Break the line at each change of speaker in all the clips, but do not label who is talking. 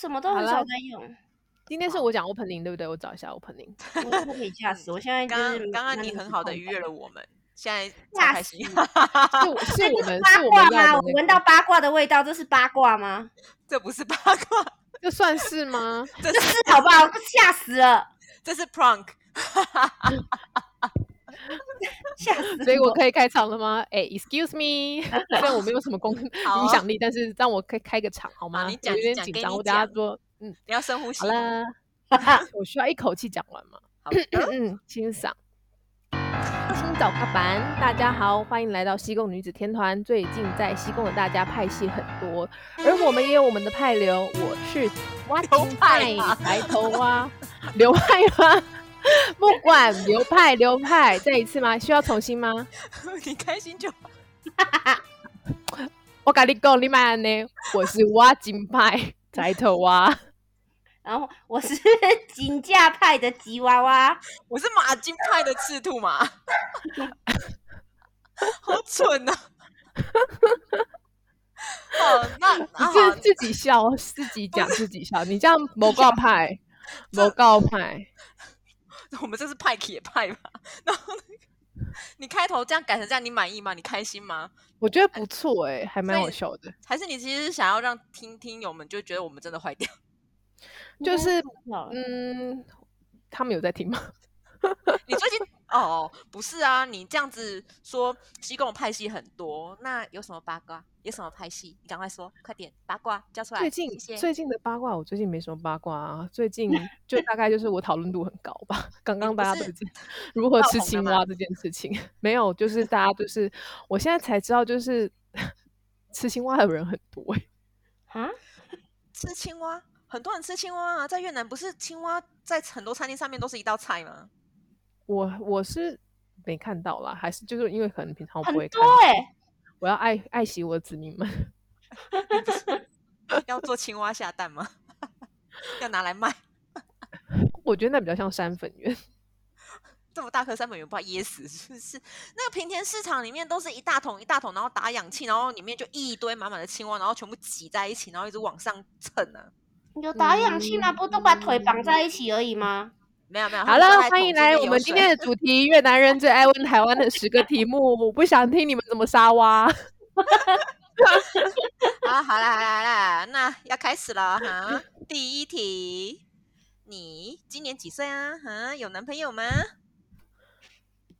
什么都很
好
少
了
在用，
今天是我讲 opening 对不对？我找一下 opening。
我都可以吓死。我现在就
嗯刚
是
刚刚刚
没
你
有
很
时
好的
空
愉悦了我们，现在超
吓
开
死
心。
是我是我 们
八
是我们
卦
要的那
吗？
个、
我闻到八卦的味道，这是八卦吗？
这不是八卦，
这算是 吗？
这
这
是
是好不好？ 这吓死了，
这是 prank。
吓死我！
所以我可以开场了吗？哎、e x c u s e me，虽然我没有什么公
好哦
影响力，但是让我开开个场好吗？
好你讲
我有点
你讲
紧
给
张，
你
我等下
讲
说，嗯，
你要深呼吸
好。啦，我需要一口气讲完吗？
好
嗯，欣赏。清早八班，大家好，欢迎来到西贡女子天团。最近在西贡的大家派系很多，而我们也有我们的派流。我是挖
流
青
派
派
吗
白头啊 蛙，流派吗？不管流派流派，再一次吗？需要重新吗？
你开心就好。
我跟你讲，你妈呢？我是挖金派 白头啊蛙，
然后我是 金价派的吉娃娃，
我是马金派的赤兔马，好蠢啊！哦，那
你
那好，
是自己笑，自己讲自己笑，你这样某告 派，某告派。
我们这是派铁派吧？然后那个，你开头这样改成这样，你满意吗？你开心吗？
我觉得不错哎、还蛮
呃所以
好笑的。
还是你其实是想要让听听友们就觉得我们真的坏掉？
就是
好了
嗯，他们有在听吗？
你最近哦，不是啊，你这样子说西贡派系很多，那有什么八卦？有什么派系？你赶快说，快点，八卦交出来。
最近
谢谢。
最近的八卦，我最近没什么八卦啊。最近就大概就是我讨论度很高吧。刚刚大家都
是
是 如何
爆
吃
红的
青
吗
蛙这件事情， 没有，就是大家就是我现在才知道，就是 吃青蛙的人很多哎、
啊，
吃青蛙，很多人吃青蛙啊，在越南不是青蛙在很多餐厅上面都是一道菜吗？
我我是没看到啦，还是就是因为可能平常我
很
不会看
多，
欸
哎、
我要爱爱惜我的子民们。
要做青蛙下蛋吗？ 要拿来卖？
我觉得那比较像山粉圆。
这么大颗三本元不怕噎死是不是？那个平田市场里面都是一大桶一大桶，然后打氧气，然后里面就一堆满满的青蛙，然后全部挤在一起，然后一直往上蹭啊。
有打氧气吗？不都把腿绑在一起而已吗？
没有没有，
好
他们
了
都
欢
在，桶
迎
子
来
里
我
游
们今
水
天的主题：越南人最爱问台湾的十个题目。我不想听你们怎么沙挖。
啊， 好啦好啦好啦，那要开始了哈。第一题，你今年几岁啊？哈，有男朋友吗？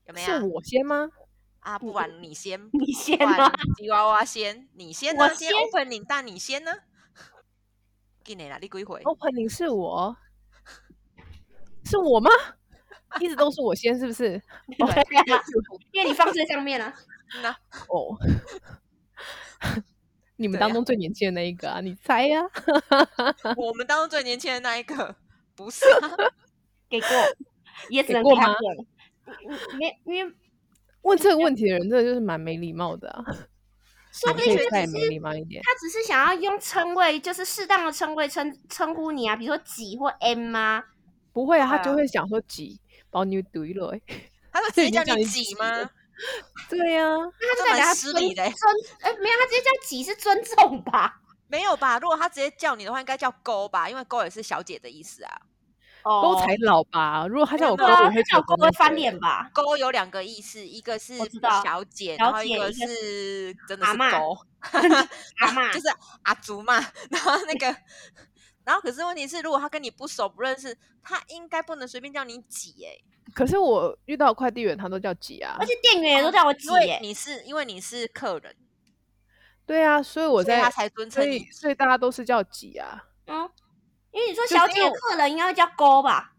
有没
是
有？
我先吗？
啊，不然你先，不
你先吗
然？吉娃娃先，你先
我
呢？先
先
open 领蛋，你先呢？进来啦，你几回？
opening 哦是我，是我吗？一直都是我先，是不是？
对啊， 因为你放最上面了、啊。
那
哦，你们
对
当
呀
中最年轻的那一个啊，你猜呀、
我们当中最年轻的那一个，不是啊
给过，也只能
给过
给他
吗
过了。嗯没，因为
问这个问题的人真的就是蛮没礼貌的、啊，
说不
你们
定
可以
他
再
只
没
是
礼貌一点。
他只是想要用称谓，就是适当的称谓称称呼你啊，比如说几或 M 啊。
不会啊，他
对
就
啊
会想说挤，把你怼了欸。
他说直接
已经
叫
叫
你
你
挤
挤
吗
了？对呀、
那他
这
就代表
蛮
他
失
尊
礼的欸
尊，哎、没有，他直接叫几是尊重吧？
没有吧？如果他直接叫你的话，应该叫勾吧，因为勾也是小姐的意思啊。
哦
勾才老吧？如果他叫我勾，
对
我
啊，
会
叫
勾
勾会翻。脸 吧？
勾有两个意思，一个是
我知道
小姐，
小
然后一
姐
个
一个
是真的
阿
是
嬷
勾，
阿妈
就是阿竹嘛。然后 那个，然后可是问题是，如果他跟你不熟不认识，他应该不能随便叫你姐哎、
可是我遇到快递员，他都叫挤啊
而。且店员也都叫我几
因
耶、
为你是因为你是客人，
对啊，所以我
所以他
在，
才尊
所
称
以
你。
所以大家都是叫挤啊。
嗯，因为你说
就是
小姐
因为
的客人应该会叫勾吧？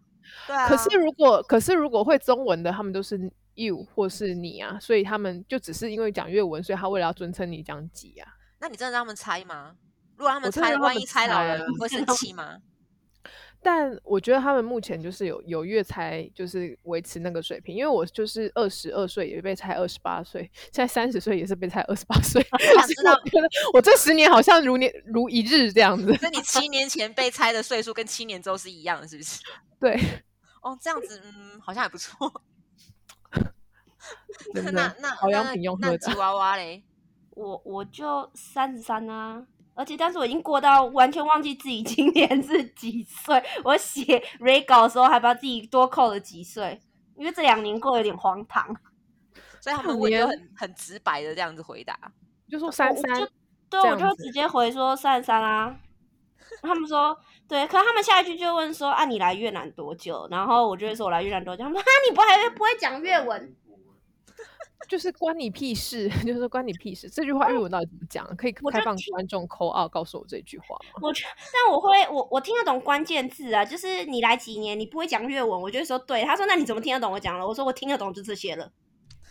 对啊，
可是如果可是如果会中文的，他们都是 you 或是你啊，所以他们就只是因为讲粤文，所以他为了要尊称你讲挤啊。
那你真的让他们猜吗？如果他们
我真的
猜，
让他
万
们
一猜老
猜
了，
啊
你会生 气吗？
但我觉得他们目前就是有有越猜，就是维持那个水平。因为我就是二十二岁也被猜二十八岁，现在三十岁也是被猜二十八岁。
我想知道
所以我觉得我这十年好像如年如一日这样子。
那你七年前被猜的岁数跟七年之后是一样的，是不是？
对，
哦，这样子，嗯，好像还不错。
真的
那那那
保养
那
品用
那
喝的
吉娃娃嘞？
我我就三十三啊，而且当时我已经过到完全忘记自己 今年是几岁，我写 re 稿的时候还把自己多扣了几岁，因为这两年过得有点荒唐。
所以他
看
们问
你啊
就很很直白的这样子回答。
就说三
我
三
就对，
这
我
样
就
子
直接回说三三啊。他们说对，可是他们下一句就问说啊，你来越南多久？然后我就会说我来越南多久。他们说啊，你不还不会讲越文？
就是关你屁事， 就是关你屁事。这句话日文到底怎么讲？啊可以
嗯我
开
就
放
听
观众扣二告诉我这句话吗？
我就但我会我我听得懂关键字啊，就是你来几年，你不会讲越文，我就会说对。他说那你怎么听得懂我讲了？我说我听得懂就这些了，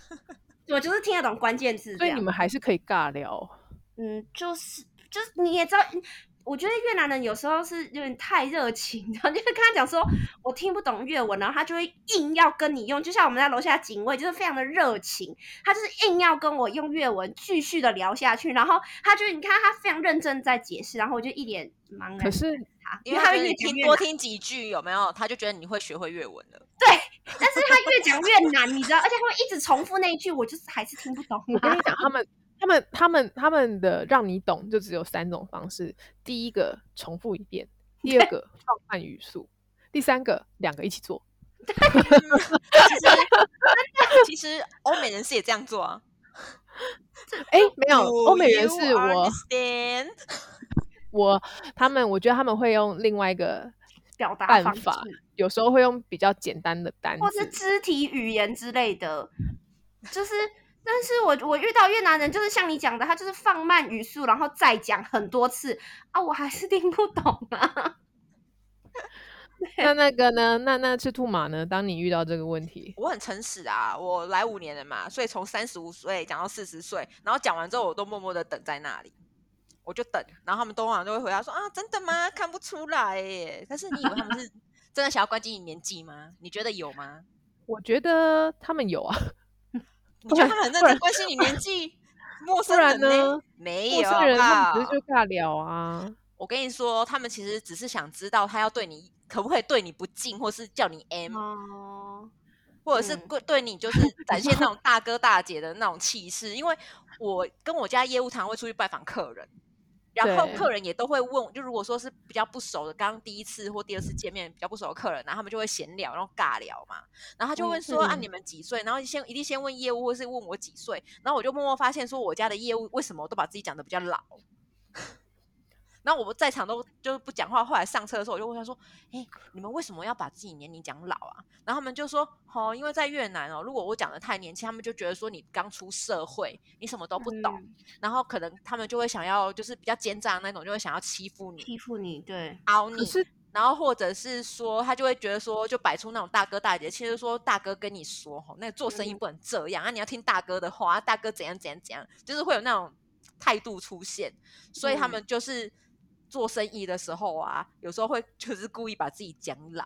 我就是听得懂关键字这
所以
样
你。们还是可以尬聊。
嗯，就是就是你也知道，我觉得越南人有时候是有点太热情， 然后就是跟他讲说我听不懂越文，然后他就会硬要跟你用，就像我们在楼下警卫就是非常的热情，他就是硬要跟我用越文继续的聊下去，然后他就你看他非常认真在解释，然后我就一脸茫然。
可是
因为
他
他觉
们
得
越
你
讲
听
越
多
难
听几句有没有，他就觉得你会学会越文 了。
但是他越讲越难，你知道，而且他会一直重复那一句，我就是还是听不懂
我跟
啊。
你讲，他们、他们、他们、他们的让你懂就只有三种方式：第一个重复一遍，第二个放慢语速，第三个两个一起 做。
其 实其实欧美人士也这样做啊。
哎，没有，欧
哦
Do
美人
you
是
啊
我
understand？
我他们，我觉得他们会用另外一个，
表达
办
方 式，
法有时候会用比较简单的单
或是
字，
肢体语言之类的，就是。但是我我遇到越南人，就是像你讲的，他就是放慢语速，然后再讲很多次啊，我还是听不懂啊。
那那个呢？那那赤兔马呢？当你遇到这个问题，
我很诚实啊，我来五年了嘛，所以从三十五岁讲到四十岁，然后讲完之后，我都默默的等在那里，我就等，然后他们通常就会回答说啊，真的吗？看不出来耶。但是你以为他们是 真的想要关心你年纪吗？你觉得有吗？
我觉得他们有啊，
你
不
觉
然
得他们很认
不
真
然
关心你年 纪？陌
不
生
然
人
呢？
没
陌
有
生人他
啊
们只！是就尬聊啊。
我跟你说，他们其实只是想知道他要对你可不可以对你不敬，或是叫你 M，、
哦，
或者是
嗯
对对你就是展现那种大哥大姐的那种气势。因为我跟我家业务常会出去拜访客人，然后
对
客人也都会问，就如果说是比较不熟的，刚刚第一次或第二次见面比较不熟的客人，然后他们就会闲聊，然后尬聊嘛，然后他就问
嗯
说、啊
嗯
你们几岁？然后先一定先问业务，或是问我几岁，然后我就默默发现说我家的业务为什么都把自己讲的比较老。 然后我们在场都就是不讲话，后来上车的时候我就问他说：“哎、你们为什么要把自己年龄讲老啊？”然后他们就说：“哦，因为在越南哦，如果我讲的太年轻，他们就觉得说你刚出社会，你什么都不懂，
嗯
然后可能他们就会想要就是比较奸诈的那种，就会想要欺负你、
欺负你，对，
凹
可
你，
是
然后或者是说他就会觉得说就摆出那种大哥大姐，其实说大哥跟你说吼，那个做生意
嗯
不能这样、啊，你要听大哥的话，啊大哥怎样怎样怎样，就是会有那种态度出现，所以他
嗯
们就是做生意的时候啊，有时候会就是故意把自己讲老。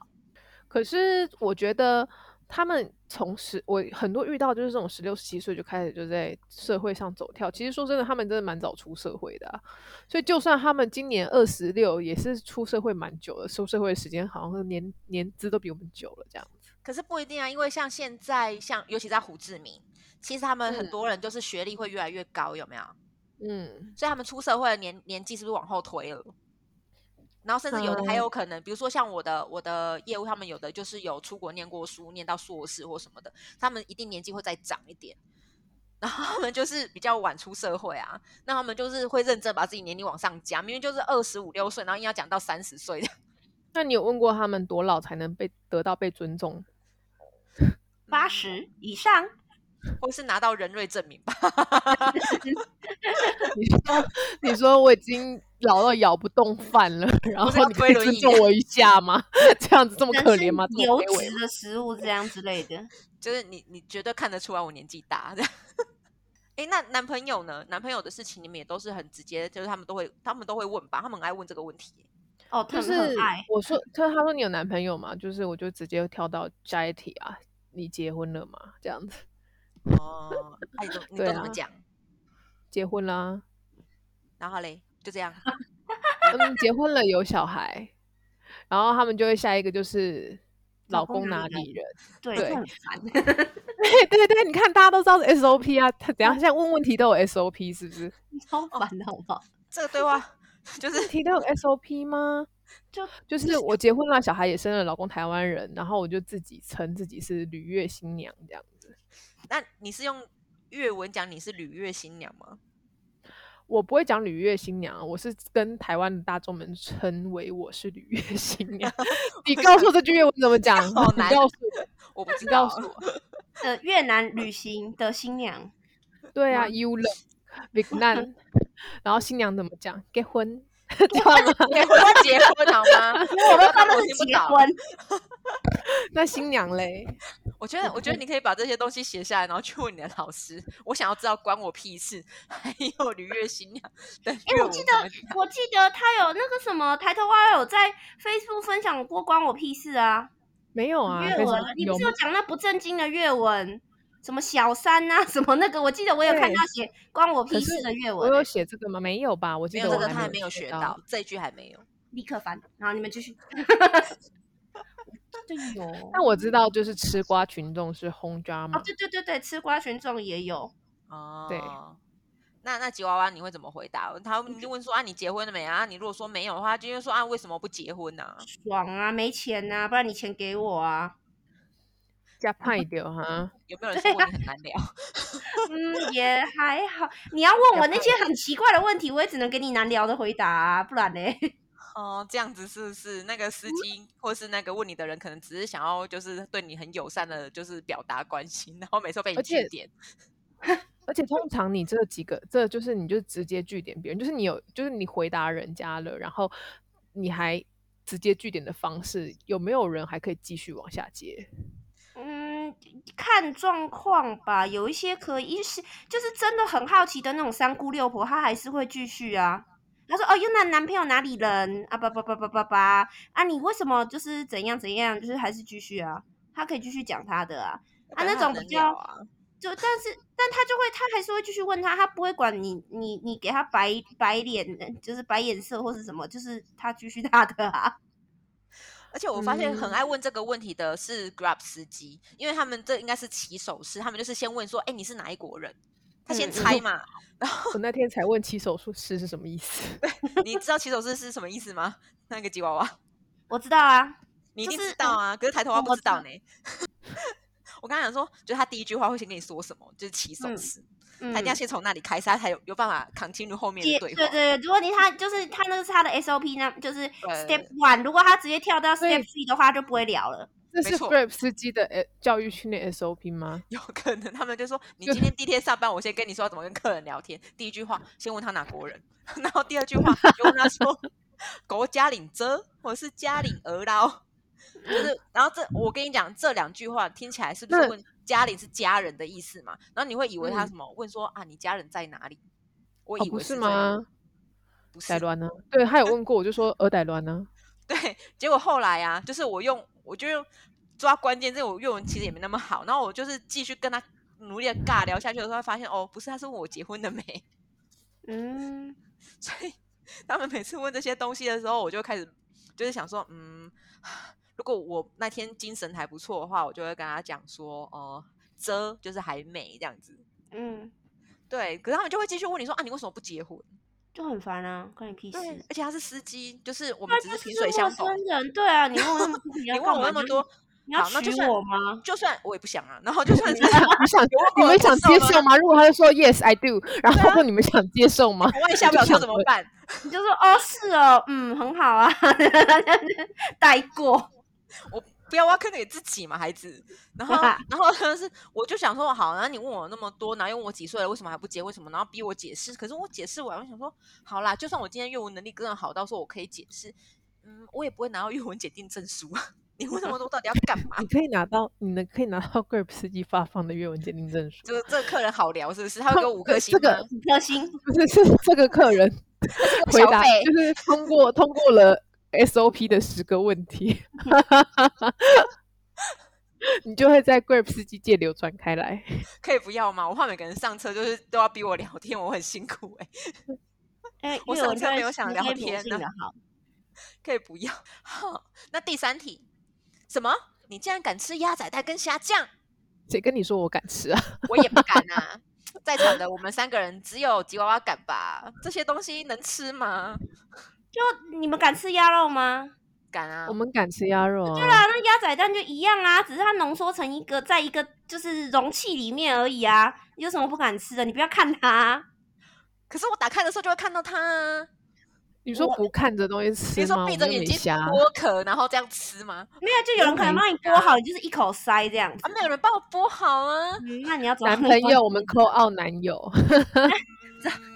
可是我觉得他们从十，我很多遇到就是这种十六、十七岁就开始就在社会上走跳。其实说真的，他们真的蛮早出社会的啊、所以就算他们今年二十六，也是出社会蛮久的，出社会的时间好像年年资都比我们久了这样。
可是不一定啊，因为像现在，像尤其在胡志明，其实他们很
嗯
多人就是学历会越来越高，有没有？
嗯，
所以他们出社会的年年纪是不是往后推了？然后甚至有的还有可能，比如说像我的我的业务，他们有的就是有出国念过书，念到硕士或什么的，他们一定年纪会再长一点。然后他们就是比较晚出社会啊，那他们就是会认真把自己年龄往上加，明明就是二十五六岁，然后硬要讲到三十岁，
那你有问过他们多老才能被得到被尊重？
八十以上，
或是拿到人瑞证明吧。
你说，你说我已经老到咬不动饭了，然
不是要
后你可以
推轮
尊
椅
重我一下吗？ 这样子这么
人
可
是
怜吗？这么
流
卑微吗
质的食物这样之类的。
就是你你绝对看得出来我年纪大。哎，那男朋友呢？男朋友的事情你们也都是很直接，就是他们都会他们都会问吧，他们很爱问这个问题。
哦，
就
他
是
们很爱，
我说，他他说你有男朋友吗？就是我就直接跳到下一题啊，你结婚了吗？这样子，
哦，哎，都你都
对
怎么
啊
讲？
结婚啦，
然后嘞，就这样。
嗯，结婚了有小孩，然后他们就会下一个就是
老
老
公
公
哪
哪
里人
里人？
对，
对
这很烦。
对对对，你看大家都知道是 SOP 啊，他等一下现在问问题都有 SOP 是不是？
超烦的好不好？
这个对话就是
提到有 SOP 吗？
就
就是我结婚了，小孩也生了，老公台湾人，然后我就自己称自己是旅月新娘这样子。
那你是用粤文讲你是吕月新娘吗？
我不会讲旅月新娘，啊我是跟台湾的大众们称为我是旅月新 娘。你告诉我这句粤文怎么讲？
好
你
难
告诉我，
我不知
你告
道，
诉我。
呃，越南旅行的新娘，
对啊
哇
，you love Vietnam，然 后新娘怎么讲？结婚， 啊知道吗？
结婚就哎结婚好吗？
我都知道
那
那
我
是
听不
结
懂
婚，
那新娘嘞？
我觉得，我觉得你可以把这些东西写下来，然后去问你的老师。我想要知道关我屁事。还有吕月新娘，对，
哎、
粤
我
文
记
怎
得
么讲
我记得他有那个什么抬头蛙有在 Facebook 分享过，关我屁事啊！
没有啊，
阅
为什
文
么，
你不
有
是有讲那不正经的阅文，什么小三啊，什么那个，我记得我有看
对
到写关我
可
屁
是
事的阅
我
文欸、
有写这个吗？没有吧？我记
没
得
有
我
这个，他还没
没
有学。到，这一句还没有。
立刻翻。然后你们继 续。对有
但我知道，就是吃瓜群众是轰抓嘛
哦，，对对对对，吃瓜群众也有。
哦，
对。
那那吉娃娃你会怎么回答？他你就问说啊，你结婚了没啊？你如果说没有的话，就会说啊，为什么不结婚呢、
爽啊，没钱呐、不然你钱给我啊。
加派一点哦哈。
有没有人说过你很难聊？
嗯，也还好。你要问我那些很奇怪的问题，我也只能给你难聊的回答、啊，不然呢？
哦，这样子是不是那个司机或是那个问你的人，可能只是想要就是对你很友善的，就是表达关心，然后每次都被你
而且
据点。
而且通常你这几个，这就是你就直接据点别人，就是你有，就是你回答人家了，然后你还直接据点的方式，有没有人还可以继续往下 接？
嗯，看状况吧。有一些可以是，就是真的很好奇的那种三姑六婆，她还是会继续啊。她说：“哦，又那男朋友哪里人啊？叭叭叭叭叭叭啊！你为什么就是怎样怎样？就是还是继续啊？她可以继续讲她的啊。啊
要不然
那
他
种
很
比
难聊
较
啊
就但是，但她就会，她还是会继续问他，她不会管你，你你给她白白脸，就是白眼色或是什么，就是她继续她的啊。
而且我发现很
嗯
爱问这个问题的是 Grab 司机，因为他们这应该是起手式，他们就是先问说：“哎，你是哪一国人？”他先
嗯嗯
猜嘛。
我那天才问起手术师是什么意思，
你知道起手式是什么意思吗？那个吉娃娃，
我知道啊，
你一
就
定知
是
道
嗯
啊，可是抬头娃
我
不知
知道
道呢。 我刚才想说，就是他第一句话会先跟你说什么，就是起手
嗯
式，
嗯
他一定要先从那里开始，他才有有办法 continue 后面的
接
对
对
话。
对对，如果你他就是他那个是他的 SOP，那就是 Step
对
One。如果他直接跳到
对
Step Three 的话，就不会聊了。
这
没
是
错
Grab 司机的呃教育训练 SOP 吗？
有可能他们就说：“你
就
今天第一天上班，我先跟你说要怎么跟客人聊天。第一句话先问他哪国人， 然后第二句话就问他说国家领遮或者是家领鹅捞，就是然后这我跟你讲这两句话听起来是不是
那
问家领是家人的意思嘛？然后你会以为他
嗯
什么、问说啊你家人在哪里？我
哦，
以
不
为
是
这样？
吗？
不是
歹，乱呢？对他有问过，我就说鹅歹乱 呢。
对，结果后来啊，就是我用，我就用抓关键字，我粤文其实也没那么好，然后我就是继续跟他努力的尬聊下去的时候，发现哦，不是，他是问我结婚了没，
嗯，
所以他们每次问这些东西的时候，我就开始就是想说，嗯，如果我那天精神还不错的话，我就会跟他讲说，哦、遮就是还没这样子，
嗯，
对，可是他们就会继续问你说啊，你为什么不结婚？
就很烦啊，关你屁事。
对，而且他是司机，就是我们
那
只
啊就是是
萍水
陌
相逢，
生人，对啊，你问我那么多，你
你
要
问
干
我
嘛？
那么
就
多，
你要
好那
娶
就算
我吗？
就算我也不想啊，然后就算
你
是
们想，你 想，你们想接受吗？如果他就说 Yes I do，然后
啊
说你们想接受吗？
我也下不了车怎么 办？
你就说哦，是哦，嗯，很好啊， 带过。
我不要挖坑给自己嘛，孩子。然后，然后就是，我就想说，好，然后你问我那么多，然后又问我几岁了，为什么还不结，为什么，然后逼我解释。可是我解释完，我想说，好啦，就算我今天阅文能力真的好到说我可以解释，嗯，我也不会拿到阅文检定证书啊。 你问那么多，到底要干嘛？
你可以拿到，你能可以拿到 Grab 司机发放的阅文鉴定证书。
这个这个客人好聊是不是？他会给我五颗星
这个
吗
五颗星，
不是是这个客人回
小
答，
费
就是通过通过了 SOP 的十个问题，你就会在 Grab 司机界流传开来。
可以不要吗？我怕每个人上车就是都要逼我聊天，我很辛苦哎、
哎，
我
因为
上
我
车
就
没
会
有想
直
聊
接
天
魔性
呢
的好，
可以不要。 好，那第三题，什么？你竟然敢吃鸭仔蛋跟虾酱？
谁跟你说我敢吃啊？
我也不敢啊。 在场的我们三个人只有吉娃娃敢吧？这些东西能吃吗？
就你们敢吃鸭肉吗？
敢啊！
我们敢吃鸭肉啊？
对啊，那鸭仔蛋就一样啊，只是它浓缩成一个，在一个就是容器里面而已啊。有什么不敢吃的？你不要看它啊、
可是我打开的时候就会看到它啊。
你说
我
不看这东西吃吗？
你说闭着
我们又
眼
没
睛
瞎
剥壳，然后这样吃吗？
没有，就有人可能帮你剥好，你就是一口塞这样子。
啊，没有人帮我剥好啊。
嗯那你要找
男
那
朋
个
友，我们扣澳男友，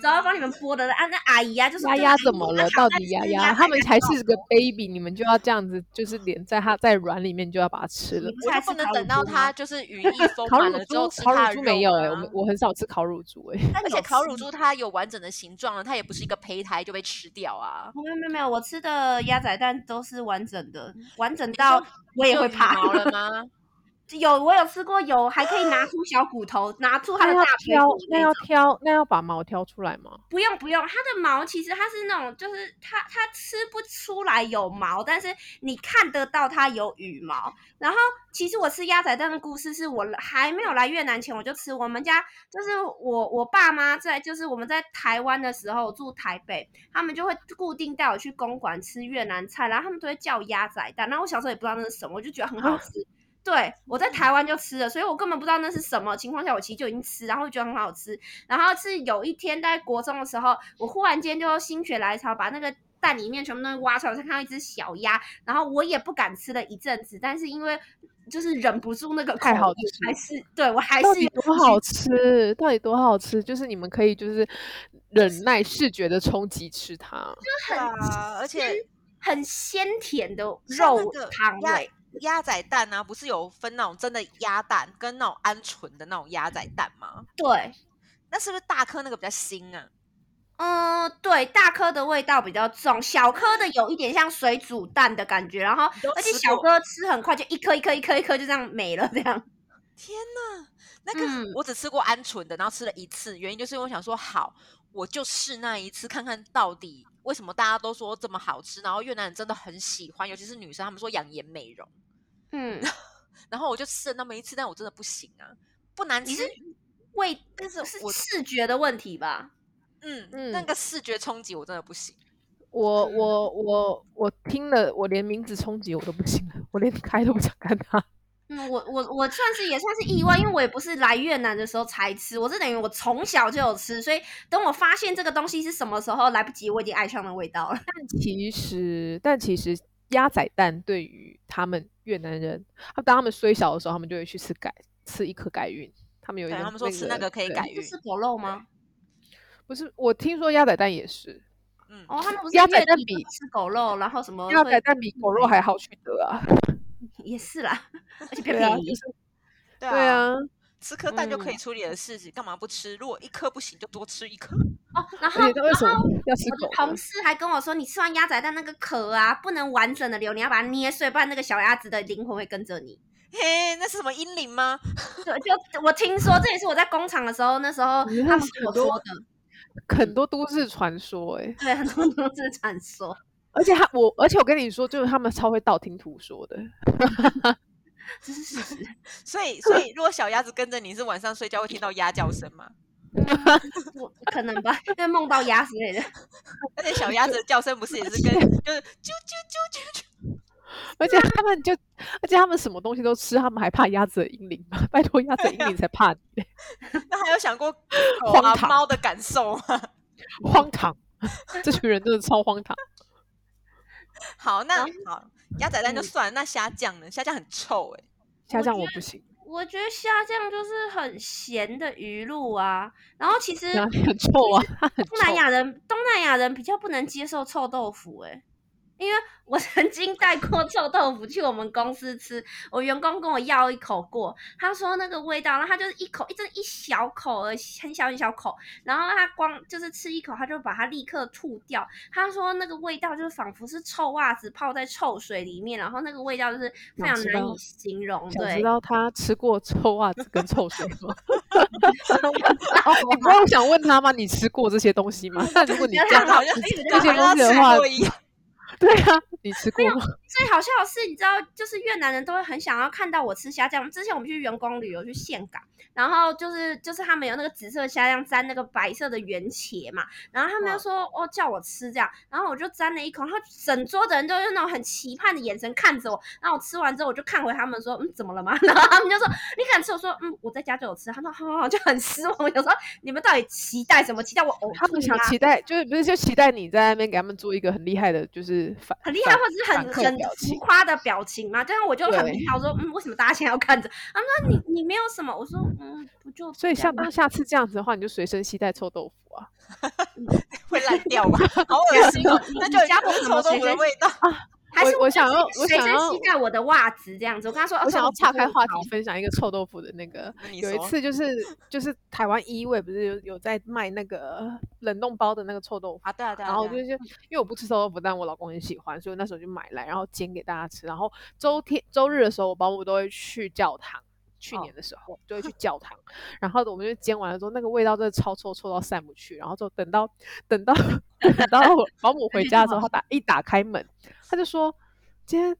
找到帮你们剥的啊，那阿姨啊，就是
丫
对
丫
阿
怎
姨
么
我想
了？到
再
底
吃
丫
鸭
丫，
仔
他们
蛋
才
糕
是个 baby，你们就要这样子，就是连在他在卵里面就要把它吃了
你。不是
我
还
就
吃
不能
烤乳
等到
猪吗啊
它就是羽翼丰
烤
满
乳
了之后
猪，
吃
烤
它
乳猪
的肉啊
没有哎、我
吗
们我很少吃烤乳猪哎、
但
而
有
且烤乳
吃
猪它有完整的形状啊了，它也不是一个胚胎就被吃掉啊。
没有没有没有，我吃的鸭仔蛋都是完整的，完整
你
到
说
我也
有
会
羽
怕。
毛了吗？
有我有吃过，有还可以拿出小骨头，拿出它
那
的
要
大腿
挑
骨，
那
那
要
种。
挑，那要把毛挑出来吗？
不用不用，它的毛其实它是那种，就是它它吃不出来有毛，但是你看得到它有羽毛。然后其实我吃鸭仔蛋的故事是我还没有来越南前我就吃，我们家就是我我爸妈在就是我们在台湾的时候住台北，他们就会固定带我去公馆吃越南菜，然后他们都会叫鸭仔蛋。然后我小时候也不知道那是什么，我就觉得很好
啊嗯
吃。对，我在台湾就吃了，所以我根本不知道那是什么情况下，我其实就已经吃，然后我觉得很好吃。然后是有一天在国中的时候，我忽然间就心血来潮，把那个蛋里面全部都挖出来，我才看到一只小鸭，然后我也不敢吃了一阵子，但是因为就是忍不住那个
太
口
好
味
吃
还是对我还
到
是
底
有
多
继续
好吃？到底多好吃？就是你们可以就是忍耐视觉的冲击吃它。
对 啊，而且
很鲜甜的
像那
肉
个
汤
鸭
味，
鸭仔蛋啊，不是有分那种真的鸭蛋跟那种鹌鹑的那种鸭仔蛋吗？
对。
那是不是大颗那个比较腥啊？
嗯，对，大颗的味道比较重，小颗的有一点像水煮蛋的感觉，然后
你都
而且
吃
小
过
颗吃很快，就一颗一颗一颗一颗就这样没了，这样。
天呐，那个、
嗯
我只吃过鹌鹑的，然后吃了一次，原因就是因为我想说，好，我就试那一次，看看到底为什么大家都说这么好吃，然后越南人真的很喜欢，尤其是女生，她们说养颜美容，
嗯，
然后我就吃了那么一次，但我真的不行啊，不难
你
吃
是，味，
但是
是
我
视觉的问题吧？
嗯，
嗯
那个视觉冲击我真的不行。
我我我我听了，我连名字冲击我都不行了，我连开都不想看 它。
嗯，我我我算是也算是意外，因为我也不是来越南的时候才吃，我是等于我从小就有吃，所以等我发现这个东西是什么时候来不及，我已经爱上了味道
嗯
了。
但其实，但其实鸭仔蛋对于他们越南人，他当他们虽小的时候，他们就会去吃改吃一颗改运。他们有一
对
个，
他们说吃那个可以
对
改
这
运
是狗肉吗？
不是，我听说鸭仔蛋也是，
嗯，
哦，他们不是
鸭仔
月
蛋
底都
比
吃狗肉，然后什么
鸭
会
仔蛋比狗
嗯
肉还好取得啊。
也是啦，而且比较
对
便
啊，
宜
就。是
对
对啊，
吃颗蛋就可以
嗯
处理的事情，干嘛不吃？如果一颗不行，就多吃一颗。
哦，然后
而且他为什
然后
么要吃
我
狗
的同
呢？
事还跟我说，你吃完鸭仔蛋那个壳啊，不能完整的留，你要把它捏碎，不然那个小鸭子的灵魂会跟着你。
嘿，那是什么阴灵吗？
对，就我听说，这也是我在工厂的时候，那时候
你
他嗯
看
们
嗯是
跟我
很多
说的，
很多都市传说哎、
对，很多都是传说。
而且他我，而且我跟你说，就是他们超会道听途说的。
这是事 实。
所以，所以如果小鸭子跟着你，是晚上睡觉会听到鸭叫声吗？
我可能吧，因为梦到鸭之类的。
而且小鸭子的叫声不是也是 跟就是啾啾啾啾啾，
而且他们就，而且他们什么东西都吃，他们还怕鸭子的阴灵吗？ 拜托，鸭子的阴灵才怕你嘞，
那还有想过狗
荒
啊
唐
猫的感受吗？
荒唐！ 这群人真的超荒唐。
好，那
然
好，鸭仔蛋就
啊嗯
算了，那虾酱呢？虾酱很臭哎、
下
我
降
觉
我
得嗯
不行，
我觉得虾酱就是很咸的鱼露啊，然后其实
哪里很臭啊？它很臭
东。南亚人东南亚人比较不能接受臭豆腐、欸，因为我曾 经带过臭豆腐去我们公司吃，我员工跟我要一口过，他说那个味道，然后他就是一口，一真的一小口而已，很小很小口，然后他光就是吃一口，他就把它立刻吐掉。他说那个味道就是仿佛是臭袜子泡在臭水里面，然后那个味道就是非
想
常
知
难
道
以形容，
想知
对，
道他吃过臭袜子跟臭水 吗？
然后
你不 要想问他吗？你吃过这些东西吗？那如果你
不要
这样
让
好
好
像
像
这些
好像
东西的
吃
话
过一样。
对啊，你吃过
有
吗？
最好笑的是，你知道，就是越南人都会很想要看到我吃虾酱。之前我们去员工旅游去岘港，然后就是就是他们有那个紫色虾酱沾那个白色的圆茄嘛，然后他们就
哇
说哦叫我吃这样，然后我就沾了一口，然后整桌的人都用那种很期盼的眼神看着我。然后我吃完之后，我就看回他们说嗯怎么了吗？然 后他们就说你敢吃？我说嗯我在家就有吃。他们说好好好，就很失望。 我想说你们到底期待什么？期待我呕
他们
吐
想
吗？
期待，就是不是就期待你在那边给他们做一个很厉害的，就是反
很厉害，
反
或者是
反
很
客
很
表
浮
情
夸的表情嘛。这样我就很
对嗯
明了说，嗯，为什么大家现在要看着？他们说你你没有什么，我说嗯，不就
所以
这样
像
吗
那下次这样子的话，你就随身携带臭豆腐啊。
会烂掉吧？ 好恶心哦！那就
你家
加
不
不
是
是
什么
臭豆
随
腐的
身
味道。
还是
我我想要
就是
我
随
想
身
要
携带我的袜子这样子。我跟他说，哦
我想要岔 开话，
臭豆腐
题，分享一个臭豆腐的那个。
那你
有一
说
次就是就是台湾一位不是有有在卖那个冷冻包的那个臭豆腐，
啊，对啊对啊，
然后
对
就
啊
是因为我不吃臭豆腐，但我老公很喜欢，所以我那时候就买来，然后煎给大家吃。然后周天周日的时候，我保姆都会去教堂。去
哦
年的时候就会去教堂，然后我们就煎完了之后，那个味道真的超臭，臭到散不去。然后就等到等到 等到我保姆回家的时候，他打一打开门，他就说：“今天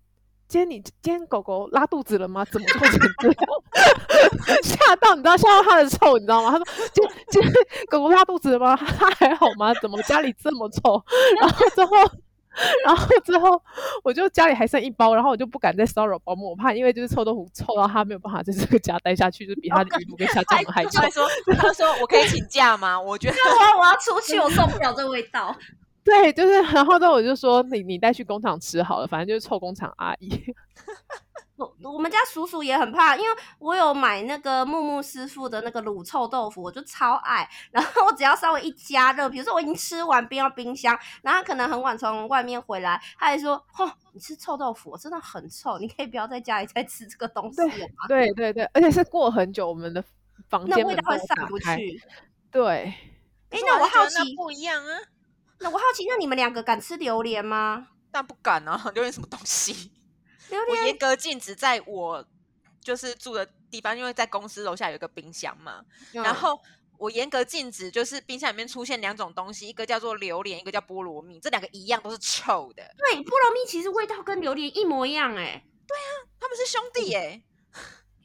今天你今天狗狗拉肚子了吗？怎么臭成这样？” 吓到你知道吓到他的臭，你知道吗？他说：“今今天狗狗拉肚子了吗？它还好吗？怎么家里这么臭？”然后之后。 然后之后，我就家里还剩一包，然后我就不敢再骚扰保姆，我怕因为就是臭豆腐臭到他没有办法在这个家待下去，就比他的鱼母跟下酱还臭
他。会说，他会说，我可以请假吗？ 我觉得
那我我要出去，我受不了这味道。
对，就是然后之后我就说你你带去工厂吃好了，反正就是臭工厂阿姨。
我我们家叔叔也很怕，因为我有买那个木木师傅的那个卤臭豆腐，我就超爱。然后我只要稍微一加热，比如说我已经吃完冰到冰箱，然后他可能很晚从外面回来，他还说：“哦，你吃臭豆腐真的很臭，你可以不要在家里再吃这个东西了吗？
对对对，而且是过很久，我们的房
那
间
味
门
道会
都
散
打
不去。
开。”对，
哎，
可是
那我
啊还是觉
好
得那
奇，
不一样啊，
那我好奇，那你们两个敢吃榴莲吗？
但不敢啊， 留言什么东 西？
榴
我
莲
严格禁止在我就是住的地方，因为在公司楼下有一个冰箱嘛，然
嗯
后。我严格禁止，就是冰箱里面出现两种东西，一个叫做榴莲，一个叫菠萝蜜，这两个一样都是臭的，
对菠萝蜜其实味道跟榴莲一模一样哎、
他们是兄弟
嗯
耶、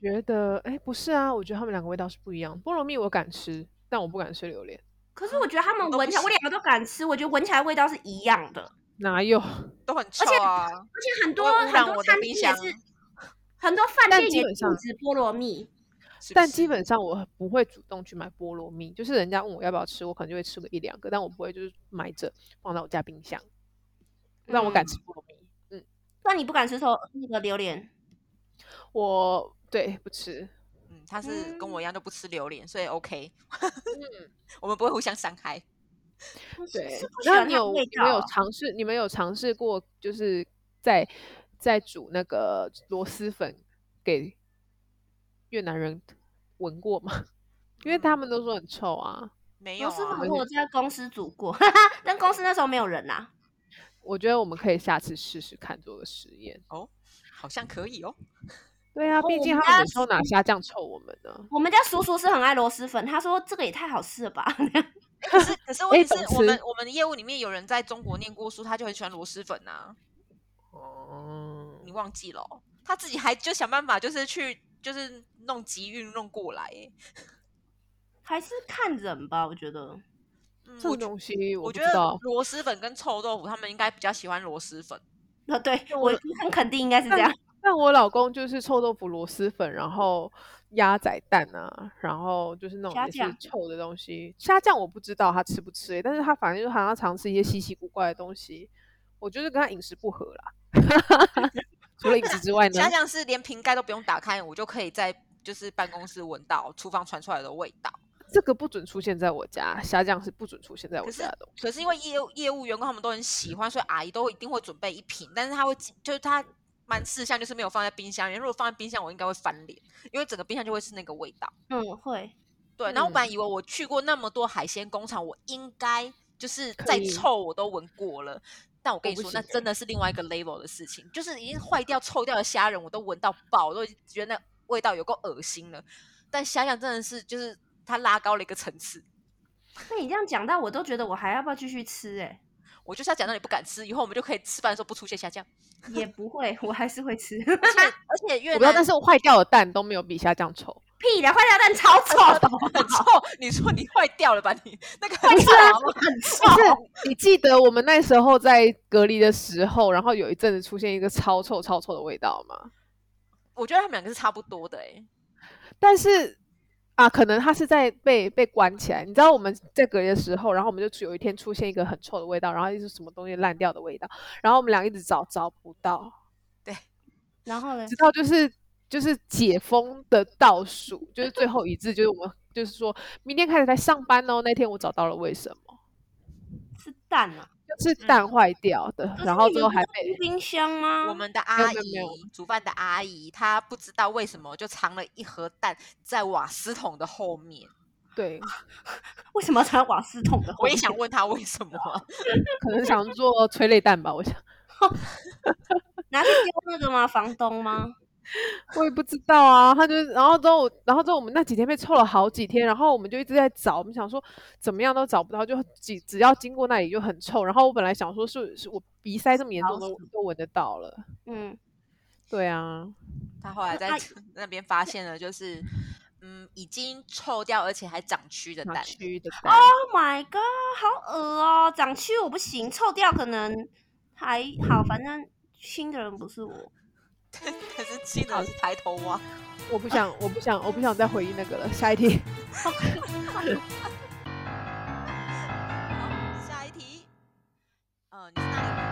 觉得哎不是啊，我觉得他们两个味道是不一样。菠萝蜜我敢吃，但我不敢吃榴莲。
可是我觉得他
啊我
们
都
闻
不
起来，我
行
两个都敢吃，我觉得闻起来味道是一样的。
哪有？
都很臭啊。
而且很
都
多
会污
很
染
多
我的
餐
冰
厅也
箱
是，很多饭
但
店
基
也
本
禁
上
止菠萝蜜。
是不
但
是
基本上我不会主动去买菠萝蜜，就是人家问我要不要吃，我可能就会吃个一两个，但我不会就是买着放到我家冰箱，让我敢吃菠萝蜜。嗯，
那你不敢吃臭那个榴莲？
我对不吃。
嗯，他是跟我一样就不吃榴莲，所以 OK，
嗯，
我们不会互相伤害。
对
是不。喜
那
欢
你
它的
有
味
你们
道
有
啊。
尝试你们有尝试过就是在在煮那个螺蛳粉给越南人闻过吗？ 因为他们都说很臭啊。
没有
螺蛳
啊
粉，我在公司煮过， 哈哈，但公司那时候没有人呐、啊。
我觉得我们可以下次试试看，做个实验。
好像可以哦。
对啊，
哦
毕
我
竟
们
他们
家
有时候拿虾酱臭我们呢。
我们家叔叔是很爱螺蛳粉，他说这个也太好吃了吧。
可是可是问题
懂
是我们
吃
我们的业务里面有人在中国念过书，他就很喜欢螺蛳粉呐、
哦，
你忘记了哦、他自己还就想办法就是去就是弄集运弄过来耶。
还是看人吧，我觉得。
嗯
这
我
种
觉
东西我
我
不
觉
知
得
道。
螺蛳粉跟臭豆腐，他们应该比较喜欢螺蛳粉。
那啊对
那
我
我
很肯定应该是这样。
但我老公就是臭豆腐、螺蛳粉，然后鸭仔蛋啊，然后就是那种
虾
也是
酱
臭的东西。虾酱我不知道他吃不吃、欸但是他反正就是好像常吃一些稀奇古怪的东西。我就是跟他饮食不合啦， 除了饮食之外呢
想，想是连瓶盖都不用打开，我就可以在就是办公室闻到厨房传出来的味道。
这个不准出现在我家，虾酱是不准出现在我
可是
家的东西。
可是因为业务业务员工他们都很喜欢，所以阿姨都一定会准备一瓶，但是他会记就是他蛮事项就是没有放在冰箱里面。如果放在冰箱，我应该会翻脸，因为整个冰箱就会是那个味道。
嗯，会。
对，然后我
嗯
本来以为我去过那么多海鲜工厂，我应该就是
可
再
以
臭我都闻过了。但我跟
我
你
不
说，那
行欸
真的是另外一个 level 的事情，就是已经坏掉、臭掉的虾仁，我都闻到爆，我都觉得那味道有够恶心了。但想想真的是，就是它拉高了一个层次。
那你这样讲到，我都觉得我还要不要继续吃、欸？哎，
我就是要讲到你不敢吃，以后我们就可以吃饭的时候不出现下降。
也不会，我还是会吃。
而 且而且越
我不知道，
南
但是我坏掉的蛋都没有比虾酱丑。
屁的，坏掉蛋超臭的，
很臭， 你说你坏掉了吧？你那个
不
很
是啊
臭
很臭
不。是，你记得我们那时候在隔离的时候，然后有一阵子出现一个超臭超臭的味道吗？
我觉得他们两个是差不多的哎、
但是啊，可能它是在被被关起来。你知道我们在隔离的时候，然后我们就出有一天出现一个很臭的味道，然后就是什么东西烂掉的味道，然后我们俩一直找找不到，
然后呢
直？到就是就是解封的倒数，就是最后一次，就是我们就是说明天开始来上班哦。那天我找到了，为什么？
是蛋啊，
就是蛋坏掉的，然后之后还被。
冰箱吗？
我们的
有
阿
啊没有没
姨
有
煮饭的阿姨，她不知道为什么就藏了一盒蛋在瓦斯桶的后面。
对，
为什么要藏在瓦斯桶 的？
我也想，问她为什么，啊
可能想做催泪弹吧，我想，
拿去丢那个吗？房东吗？
我也不知道啊。他就是，然后之后，然后之后我们那几天被臭了好几天，然后我们就一直在找，我们想说怎么样都找不到，就只只要经过那里就很臭。然后我本来想说是是我鼻塞这么严重
老
都都闻得到了，
嗯，
对啊，
她后 来在
阿
那边发现了，就是嗯，已经臭掉而且还长蛆的
哪
蛋。
区的蛋
Oh my god，好恶哦、长蛆我不行，臭掉可能还好，反正新的人不是我。
但是新的是抬头蛙，
我不想，我不想，我不想再回忆那个了。下一题，
好，下一题。呃，你是哪里人？